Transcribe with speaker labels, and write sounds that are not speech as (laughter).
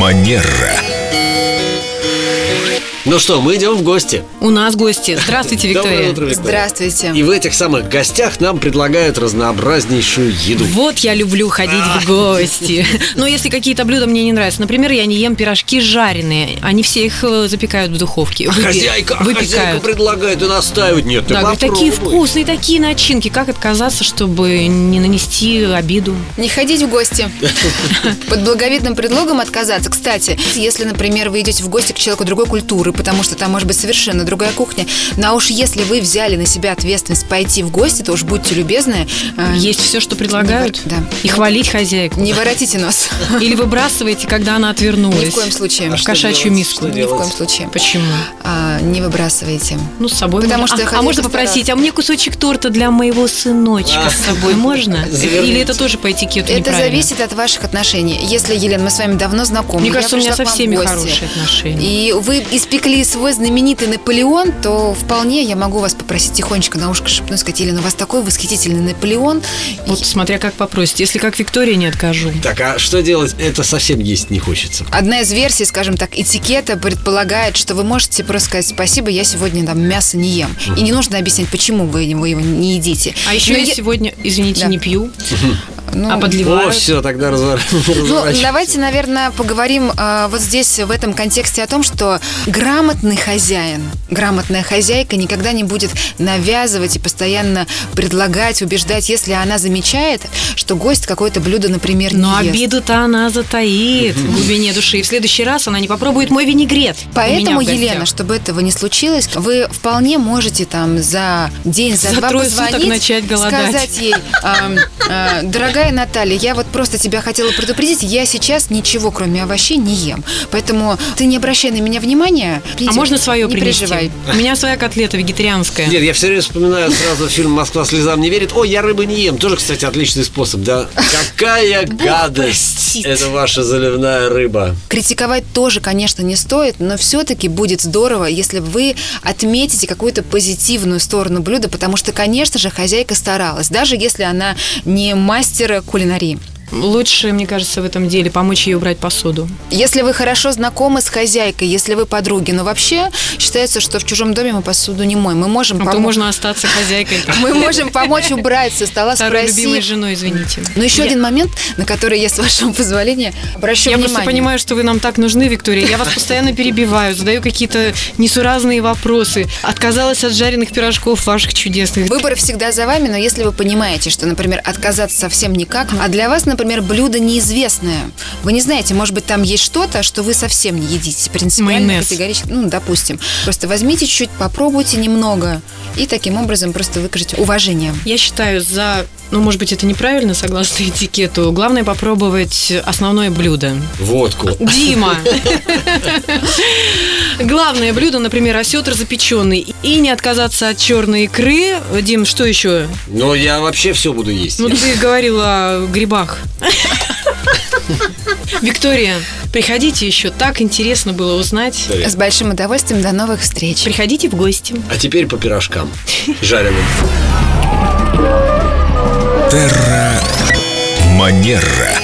Speaker 1: Манера.
Speaker 2: Ну что, мы идем в гости.
Speaker 3: У нас гости. Здравствуйте,
Speaker 2: Доброе
Speaker 3: Виктория.
Speaker 2: утро, Виктория.
Speaker 4: Здравствуйте.
Speaker 2: И в этих самых гостях нам предлагают разнообразнейшую еду.
Speaker 3: Вот я люблю ходить в гости. Но если какие-то блюда мне не нравятся, например, я не ем пирожки жареные. Они все их э, запекают в духовке. выпе-
Speaker 2: Хозяйка, а хозяйка
Speaker 3: Выпекают.
Speaker 2: предлагает и настаивает. Нет, ты
Speaker 3: Да, говорю, такие
Speaker 2: попробуй.
Speaker 3: вкусные, такие начинки. Как отказаться, чтобы не нанести обиду?
Speaker 4: Не ходить в гости.
Speaker 3: (laughs)
Speaker 4: Под благовидным предлогом отказаться. Кстати, если, например, вы идете в гости к человеку другой культуры, потому что там может быть совершенно другая кухня, но уж если вы взяли на себя ответственность пойти в гости, то уж будьте любезны. э,
Speaker 3: Есть все, что предлагают?
Speaker 4: Да.
Speaker 3: И хвалить хозяйку.
Speaker 4: Не воротите нос.
Speaker 3: (laughs) Или выбрасываете, когда она
Speaker 4: Ни
Speaker 3: отвернулась.
Speaker 4: в коем случае.
Speaker 2: А
Speaker 3: в
Speaker 2: что
Speaker 3: кошачью
Speaker 2: делать?
Speaker 3: миску.
Speaker 2: Что
Speaker 4: Ни в
Speaker 2: делать?
Speaker 4: коем случае.
Speaker 3: Почему?
Speaker 4: А, Не выбрасывайте.
Speaker 3: Ну, с собой
Speaker 4: Потому
Speaker 3: можно.
Speaker 4: что
Speaker 3: А- а,
Speaker 4: хозяйка
Speaker 3: можно попросить, а мне кусочек торта для моего сыночка с собой можно?
Speaker 2: А. Заверните.
Speaker 3: Или это тоже по этикету
Speaker 4: Это
Speaker 3: неправильно?
Speaker 4: зависит от ваших отношений. Если, Елена, мы с вами давно знакомы.
Speaker 3: Мне
Speaker 4: я
Speaker 3: кажется, у меня со
Speaker 4: пришла к вам в
Speaker 3: всеми
Speaker 4: гости.
Speaker 3: хорошие отношения.
Speaker 4: и вы испекли свой знаменитый Наполеон, то вполне я могу вас попросить тихонечко на ушко шепнуть, сказать, Елена, у вас такой восхитительный Наполеон.
Speaker 3: Вот смотря как попросите. Если как Виктория, не откажу.
Speaker 2: Так, а что делать? Это совсем есть не хочется.
Speaker 4: Одна из версий, скажем так, этикета предполагает, что вы можете просто сказать спасибо, я сегодня там мясо не ем. И не нужно объяснять, почему вы, вы его не едите.
Speaker 3: А еще
Speaker 4: Но
Speaker 3: я
Speaker 4: Ну, е-
Speaker 3: сегодня, извините,
Speaker 4: Да.
Speaker 3: не пью,
Speaker 4: ну,
Speaker 3: а
Speaker 2: О,
Speaker 3: подливаю.
Speaker 2: все, тогда развор- (laughs)
Speaker 4: Ну,
Speaker 2: разворачиваемся.
Speaker 4: давайте, наверное, поговорим э, вот здесь, в этом контексте о том, что грамотный хозяин, грамотная хозяйка никогда не будет навязывать и постоянно предлагать, убеждать, если она замечает, что гость какое-то блюдо, например, не
Speaker 3: Но
Speaker 4: ест.
Speaker 3: обиду-то она затаит в глубине души. И в следующий раз она не попробует мой винегрет. у
Speaker 4: Поэтому,
Speaker 3: меня в гостях.
Speaker 4: Елена, чтобы этого не случилось, вы вполне можете там за день, за,
Speaker 3: За
Speaker 4: два
Speaker 3: трое суток
Speaker 4: позвонить,
Speaker 3: начать голодать.
Speaker 4: сказать ей, эм, э, дорогая Наталья, я вот просто тебя хотела предупредить, я сейчас ничего, кроме овощей, не ем. Поэтому ты не обращай на меня внимания.
Speaker 3: А можно свое
Speaker 4: не
Speaker 3: принести?
Speaker 4: переживай.
Speaker 3: У меня своя котлета вегетарианская.
Speaker 2: Нет, я все время вспоминаю сразу фильм «Москва слезам не верит». О, я рыбы не ем. Тоже, кстати, отличный способ, да?
Speaker 3: (laughs)
Speaker 2: Какая гадость!
Speaker 3: простит.
Speaker 2: Это ваша заливная рыба.
Speaker 4: Критиковать тоже, конечно, не стоит, но все-таки будет здорово, если вы отметите какую-то позитивную сторону блюда, потому что, конечно же, хозяйка старалась, даже если она не мастер кулинарии.
Speaker 3: Лучше, мне кажется, в этом деле помочь ей убрать посуду.
Speaker 4: Если вы хорошо знакомы с хозяйкой, если вы подруги, но вообще считается, что в чужом доме мы посуду не моем. Мы можем,
Speaker 3: А
Speaker 4: помо-
Speaker 3: то можно остаться хозяйкой.
Speaker 4: (laughs) мы можем помочь убрать со стола,
Speaker 3: Второй любимой
Speaker 4: спросив.
Speaker 3: женой, извините.
Speaker 4: Но
Speaker 3: Я-
Speaker 4: еще Ну, один момент, на который я, с вашего (laughs) позволения, обращу
Speaker 3: Я
Speaker 4: внимание.
Speaker 3: просто понимаю, что вы нам так нужны, Виктория. Я вас постоянно перебиваю, задаю какие-то несуразные вопросы. Отказалась от жареных пирожков ваших чудесных.
Speaker 4: Выбор всегда за вами, но если вы понимаете, что, например, отказаться совсем никак, а для вас, например, блюдо неизвестное, вы не знаете, может быть, там есть что-то, что вы совсем не едите, принципиально,
Speaker 3: Майонез.
Speaker 4: категорически, ну, допустим. Просто возьмите чуть-чуть, попробуйте немного, и таким образом просто выкажете уважение.
Speaker 3: Я считаю, за... Ну, может быть, это неправильно, согласно (laughs) этикету. Главное попробовать основное блюдо.
Speaker 2: Водку.
Speaker 3: Дима! Главное блюдо, например, осетр запеченный. И не отказаться от черной икры. Дим, что еще?
Speaker 2: Но я вообще все буду есть.
Speaker 3: Ну, ты говорила о грибах. Виктория, приходите еще. Так интересно было узнать.
Speaker 2: Я-
Speaker 4: С большим удовольствием. До новых встреч.
Speaker 3: Приходите в гости.
Speaker 2: А теперь по пирожкам. Жареным.
Speaker 1: Манера.